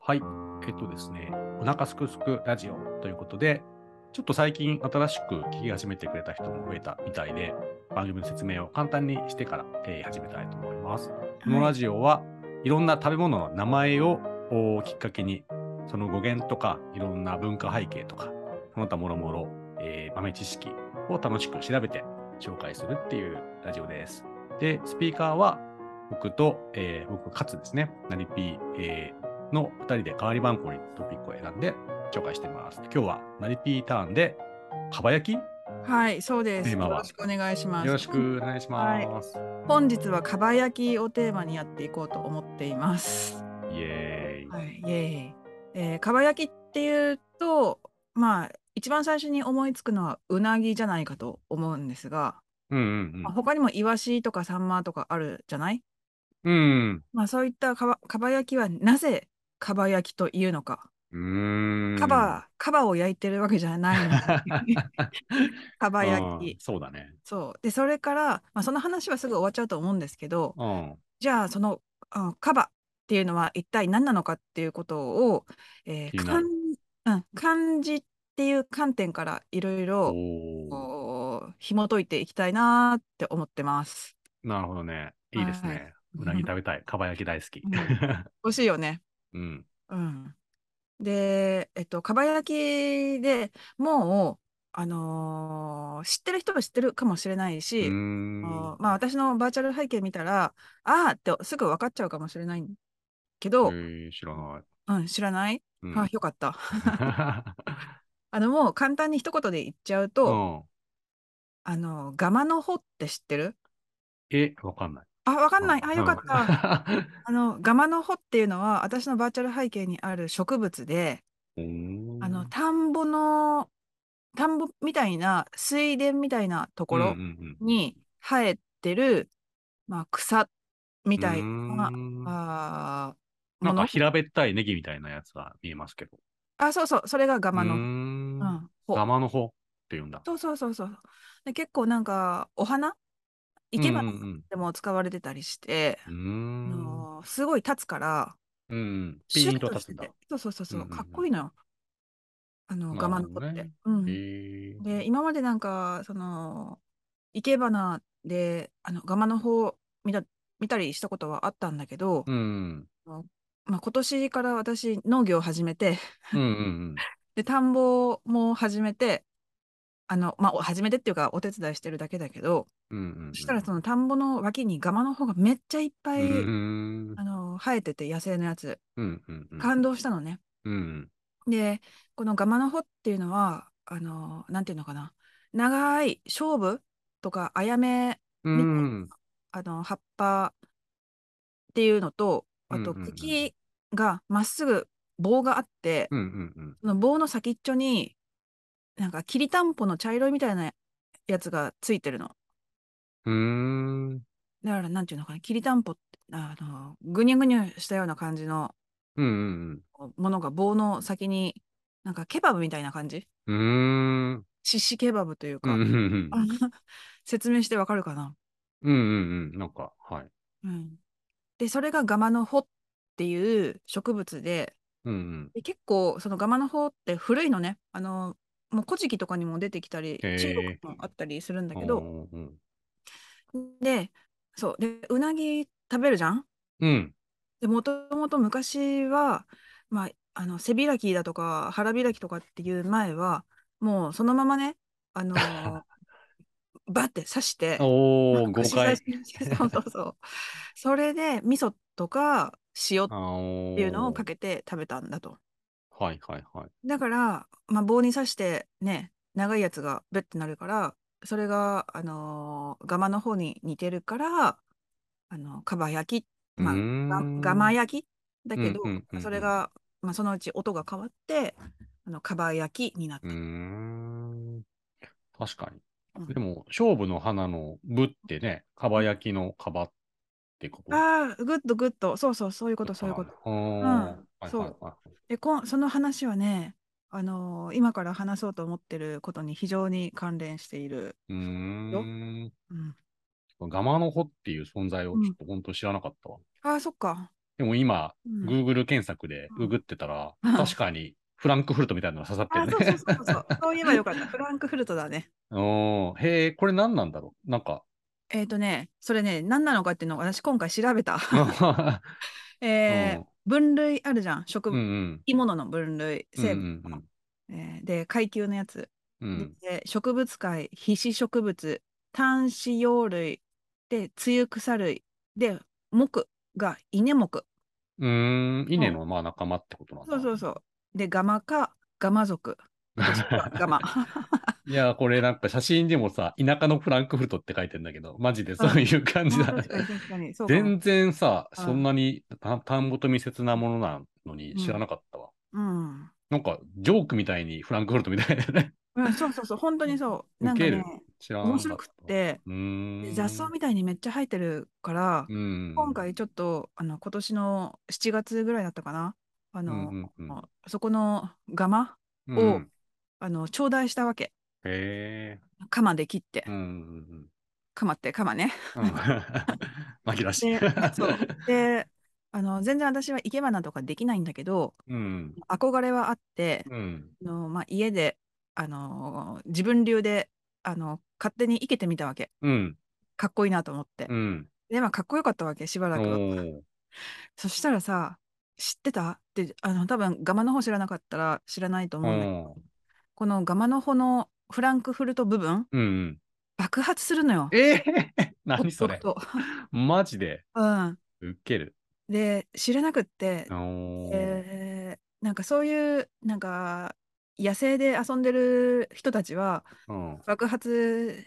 はい。えっとですね、お腹すくすくラジオということで、ちょっと最近新しく聞き始めてくれた人も増えたみたいで、番組の説明を簡単にしてから、えー始めたいと思います。このラジオはいろんな食べ物の名前をおきっかけに、その語源とか、いろんな文化背景とか、その他もろもろ、えー豆知識を楽しく調べて紹介するっていうラジオです。で、スピーカーは僕と、えー僕、勝ですね、なりぴー、えーの2人で代わり番号にトピックを選んで紹介してます。今日はなりぴーターンで、かば焼きはい、そうです。テーマよはろしくお願いします。よろしくお願いします。本日はかば焼きをテーマにやっていこうと思っています。イエーイ。はい、イエーイ。えー、かば焼きっていうと、まあ、一番最初に思いつくのはうなぎじゃないかと思うんですが、うんまあ他にもイワシとかサンマとかあるじゃないうんうん。まあ、そういったかばかば焼きはなぜかば焼きというのか。うん。うーん。カ バ、カバを焼いてるわけじゃないのにかば焼うんき。そうだね。そう。で、それから、まあ、その話はすぐ終わっちゃうと思うんですけど、うん。じゃあそのあカバっていうのは一体何なのかっていうことを、えー気になるかんうん、漢字っていう観点からいろいろおお。こう紐解いていきたいなーって思っ てます。なるほどね。いいですはね。うなぎ食べたい。かば焼き大好き。美味しいよね。うん。うん、で、えっと、かば焼きでもう、あのー知ってる人は知ってるかもしれないうし、ーあん。のまあ私のバーチャル背景見たら、ああってすぐ分かっちゃうかもしれないけえど、ー知らない。うん、知らないうんあ、よかった。 あの、もう簡単に一言で言っちゃううと、ん。あの、ガマの穂って知ってるえ、わかんない。あ、わかんない。うあ、よかっう た。んあの、ガマの穂っていうのは、私のバーチャル背景にある植物で、おーあの、田んぼの、田んぼみたいな、水田みたいなところうんうんうんに生えてる、まあ、草みたいうな、ーんあーなもんかの。平べったいネギみたいなやつが見えますけど。あ、そうそう、それがガマうー。の、うんん、穂。生の方って言うんだ。そうそうそうそう。で結構なんかお花生けうん花うんうんでも使われてたりして、うーあん。のーすごい立つからうん。ピシューンッととし立つてんだて。そうそうそうそううんうんうんかっこいいのよあのなガるマほの子どっねて。うん、へーで今までなんかその生け花であのガマの方見た見たりしたことはあったんだけど、うん。まあ、今年から私農業を始めてうんうんで田んぼも始めてあのまあお始めてっていうかお手伝いしてるだけだけどうん。うんうんうん。そしたらその田んぼの脇にガマの方がめっちゃいっぱうい、んうんあの生えてて野生のやつうんうんうん。感動したのね。うんでこのガマの穂っていうのはあのなんていうのかな長い菖蒲とかあやめうん。うん。あの葉っぱっていうのとあうんうとんうん茎がまっすぐ棒があって、うんうんうん。その棒の先っちょになんかきりたんぽの茶色いみたいなやつがついてるの。うーん。だからなんていうのかなきりたんぽってあのぐにゅぐにゅしたような感じのうんうんものが棒の先になんかケバブみたいな感じうん。うーん。シシケバブといううんか、うんうん。あの説明してわかるかな、うんうんうん。なんか、はい。うん、でそれがガマの穂っていう植物でうんうん。で結構そのガマの穂って古いのねあのもう古事記とかにも出てきたりへー中国もあったりするんだけどおーうんでそうでうなぎ食べるじゃんうん。でもともと昔は、まあ、あの背開きだとか腹開きとかっていう前はもうそのままねあの ーバッて刺しておー、串誤刺解し。にしてそうそうそうそれで味噌とか塩っあーていうのをかけて食べたんだとはいはいはい。だから、まあ、棒に刺してね長いやつがベッてなるからそれがあのーガマの方に似てるからあのかば焼きまあうーんがガマ焼きだけど、うんうんうんうんそれが、まあ、そのうち音が変わってあのかば焼きになった、うーん。確かうんに。でも、勝負の花のぶってね、かば焼きのかばってこと。ああグッドグッドそうそうそういうことそういうこととなんだ。うんうん。そうはいはいはいでこんその話はねあのー今から話そうと思ってることに非常に関連している、うーん。うん、ガマの穂っていう存在をちょっと本当知らなかったわ。ああそっかでも今、うん Google 検索でググってたら、うん確かにフランクフルトみたいなのが刺さあ、ってそるうそうね。そうそう。そういえばよかった。フ ランクフルトだね。 おーへえ、これ何なんだろうなんか、えっ、とね、それね、何なのかっていうのを私今回調べた。 えー分類あるじゃん。植 うんう物、ん。生き物の分類、生物の、うんえーで、階級のやつ。うんで植物界、皮脂植物、炭子葉類、で、露草類、で、木が稲木。うん。うーん、稲のまあ仲間ってことなんだ。そうそうそう。で、ガマか、ガマ族。私は ガマ。いや、これなんか写真でもさ、田舎のフランクフルトって書いてんだけど、マジでそういう感じだ。確かに確か に。そうかも全然さ、うんそんなにた単語と密接なものなのにうん知らなかったわ。うん。なんか、ジョークみたいにフランクフルトみたいだよね。うん、そ うそうそう、本当にそう。なんかウケるね、知らなかった。面白くっ。て、うーん。雑草みたいにめっちゃ生えてるから、うん。今回ちょっと、あの、今年の7月ぐらいだったかな。あうんのう、んうんそこのガマ、うをんあの、頂戴したわけ。へえ。鎌で切ってうん。うんうん。鎌って 鎌ね。うん 紛らわしいで。そう。で、あの、全然私は生け花とかできないんだけど、うん。憧れはあって、うん。あのまあ、家で、あの、自分流で、あの、勝手に生けてみたわけ。うん。かっこいいなと思って。うん。で、まあ、かっこよかったわけ、しばおらくは。ーそしたらさ、知ってたって、あの、多分ガマの方知らなかったら知らないとう思うんだけど、ん。このガマの方のフランクフルト部分、うん。爆発するのよ。ええほ 何っそとれくと。マジでうん。ウケる。で、知らなくってお、ーえーなんかそういう、なんか、野生で遊んでる人たちは、うん。あ爆発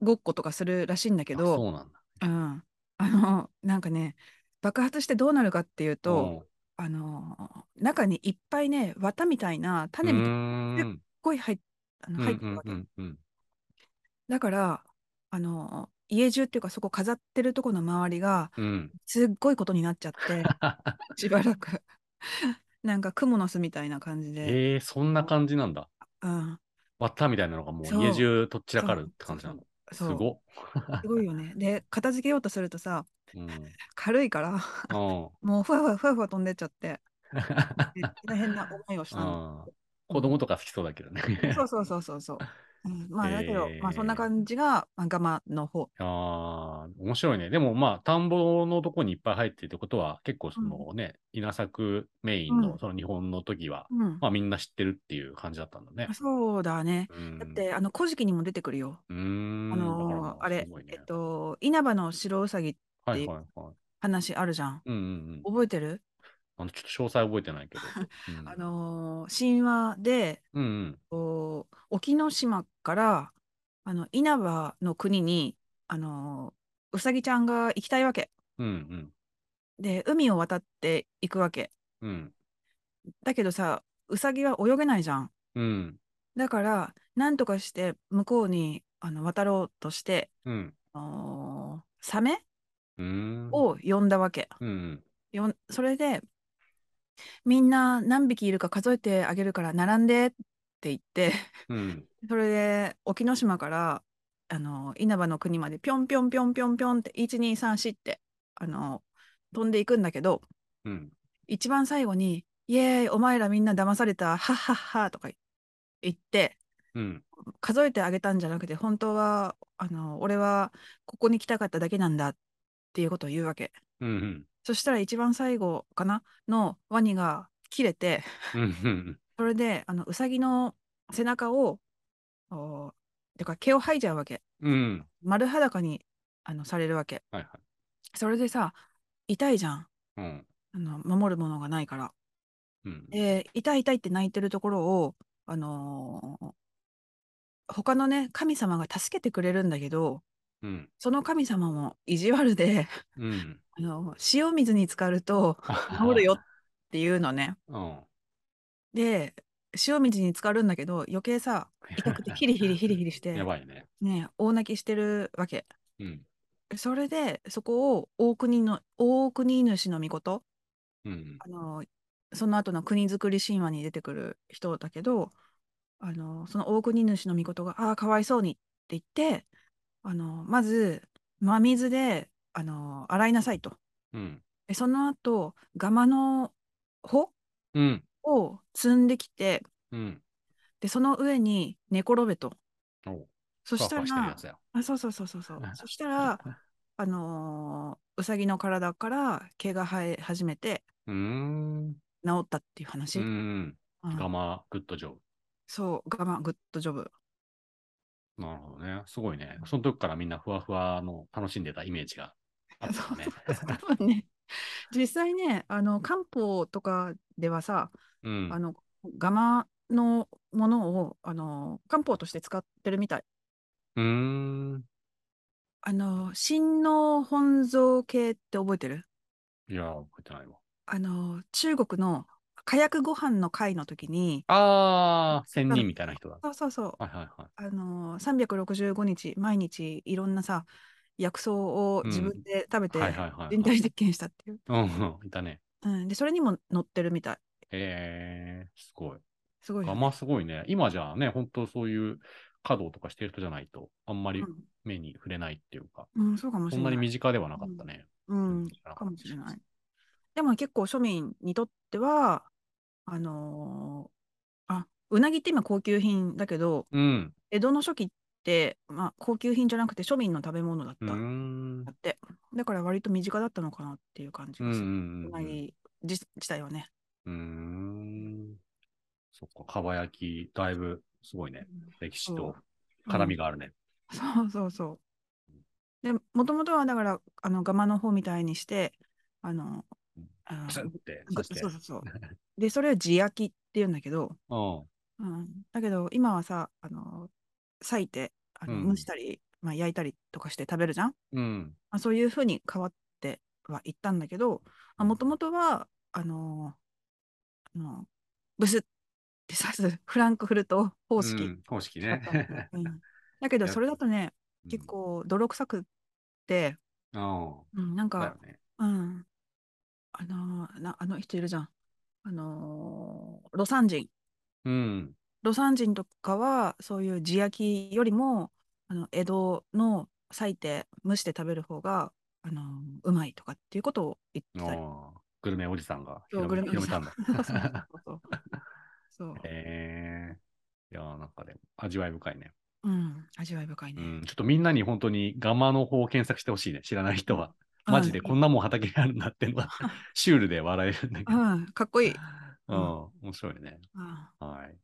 ごっことかするらしいんだけど、そうなんだ。うん。 あの、なんかね、爆発してどうなるかっていうと、うんあのー中にいっぱいね綿みたいなう種みたいなすっーん。ごい入っあのうん入ってるわけ、うんうんうんだからあのー家中っていうかそこ飾ってるとこの周りが うん。すっごいことになっちゃって しばらく なんか蜘蛛の巣みたいな感じで、ええそんな感じなんだ。うん、綿みたいなのがもそうう家中とっちらかるって感じなの。すそうごっ。すごいよねで片付けようとするとさ うん。軽いからうん。もうふわふわふわふわ飛んでっちゃって ね大変な思いをしたんだうん子供とか好きそうだけどね。そうそうそうそうそう、うん、まあだけど、まあそんなへー感じが、まあ、ガマの方 ああ、面白いね。でもまあ、田んぼのとこにいっぱい入ってるってことは、結構そのね、稲作メインうのんその日本の時は、うんまあみんな知ってるっていう感じだったんだね。そうだね。うんだって、あの、古事記にも出てくるよ。うーん。あだのかーらあれすごい、ねえっと、稲葉の白うさぎってはいはいはい。話あるじゃん。うんうんうん。覚えてるあの、ちょっと詳細覚えてないけど。うん あのー神話で、うんうん。お沖ノ島から、あの、稲葉の国に、あのーうさぎちゃんが行きたいわけ。うんうん。で、海を渡っていくわけ。うん。だけどさ、うさぎは泳げないじゃん。うん。だから、なんとかして向こうにあの渡ろうとして、うん。あのーサメうーん。を呼んだわけ。うんうん。よんそれでみんな何匹いるか数えてあげるから並んでって言って うん。それで沖ノ島からあの稲葉の国までぴょんぴょんぴょんぴょんぴょんって1234ってあの飛んでいくんだけどうん。一番最後に「イエーイお前らみんな騙されたはっはっは」とか言ってうん。数えてあげたんじゃなくて本当はあの俺はここに来たかっただけなんだっていうことを言うわけ。うんうん。そしたら一番最後かなのワニが切れて、うんうん。それであのウサギの背中を、おーてか毛を剥いじゃうわけ。うん。丸裸にあのされるわけ。はいはい。それでさ、痛いじゃん。うん。あの守るものがないから。うん。で、痛い痛いって泣いてるところを、あのー他のね、神様が助けてくれるんだけど、うん。その神様も意地 悪で、うん。あの塩水に浸かると治るよっていうのね。 うん。で塩水に浸かるんだけど余計さ 痛くてヒリヒリヒリヒリしてやばいね。ね大泣きしてるわけうん。それでそこを大国の大国主の御事うん。あのその後の国づくり神話に出てくる人だけどあのその大国主の御事が「ああかわいそうに」って言ってあのまず真水であの洗いなさいとうん。でその後、ガマの穂うん。を積んできて、うん。で、その上に寝転べと。おうそしたら、ふわふわしてるやつだよあ、そうそうそうそうそうう。んそしたら、あのーうさぎの体から毛が生え始めてうーん。治ったっていう話。ううんん。ガマグッドジョブ。そう、我慢、グッドジョブ。なるほどね。すごいね。その時からみんなふわふわの楽しんでたイメージがあった よね。多分ね、実際ね、あの漢方とかではさ、うん。あのガマのものをあの漢方として使ってるみたい。うーん。あの心の本草系って覚えてるいや、覚えてないわ。あの中国の火薬ご飯の会の時に、あー、仙人みたいな人だ。そうそうそう、 はいはいはい。あの365日毎日いろんなさ薬草を自分で食べてはいはいはい人はい。体実験したっていう。うんうん、いたね。うん、でそれにも載ってるみたい。へえー、すごい。すごいよガね、マすごいね。今じゃあね、本当そういう華道とかしてる人じゃないと、あんまり目に触れないっていうか、うん、うん、そうかもしそれんなないに。身近ではなかったね。うん、知らなかかっもたしれない。でも結構庶民にとっては、あのーあ、うなぎって今高級品だけど、うん。江戸の初期って、まあ、高級品じゃなくて庶民の食べ物だっうた。ーん。だって、だから割と身近だったのかなっていう感じうんうがする。うんうんなうん。ぎ自自体はね。うーん。そっか、かば焼き、だいぶすごいね。歴史と絡みが。があるね。そうそうそう。で、もともとはだから、あの、ガマの方みたいにして、あの、あ のツンってぐ刺そして。うそうそう。で、それを地焼きっていうんだけど、うん。うん、だけど今はさあの裂いてあのうん蒸したり、まあ、焼いたりとかして食べるじゃん、うん。まあ、そういうふうに変わってはいったんだけどもともとはあのあのブスって刺すフランクフルト方式、うん方式だねっ。たの うんだけどいやそれだとね結。構泥臭くって、うん。うん、なだんかよね。うんあのなあの人いるじゃんあの魯山人うん。魯山人とかはそういう地焼きよりもあの江戸の裂いて蒸して食べる方があのうまいとかっていうことを言ってたりああ、グルメおじさんがそうグ広めルメおじ広めさたんんだ。 そうそう そうへえいやーなんかでも味わい深いね。うん味わい深いね、うん。ちょっとみんなに本当にガマの方を検索してほしいね。知らない人は。マジでこんなもん畑にあるんだってのは、 シュールで笑えるんだけうど。ん、うん、かっこいうい、ん。面白いね。うんはい。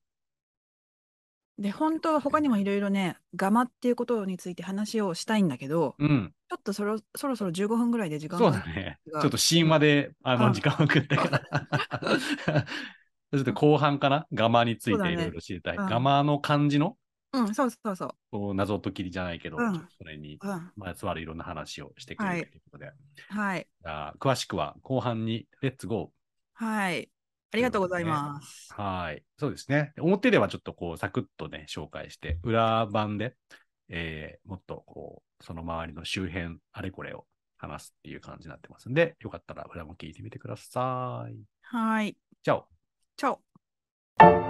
で本当は他にもいろいろねガマっていうことについて話をしたいんだけどうん。ちょっとそろそろそろ15分ぐらいで時間そうだがね。がちょっと神話で、あうの、ん時間を食ったから。 ちょっと後半かなガマについそうだてねいろいろ知りたい。うんガマの漢字のうんそうそうそうこう謎解きりじゃないけど、うんちょっとそれにうんまつわるいろんな話をしてくれはいるということで、はいあー詳しくは後半にレッツゴはいありがとうございますー。はい。そうですね。表ではちょっとこうサクッとね、紹介して、裏版で、えーもっとこう、その周りの周辺、あれこれを話すっていう感じになってますんで、よかったら裏も聞いてみてください。はいじゃあ。チャオ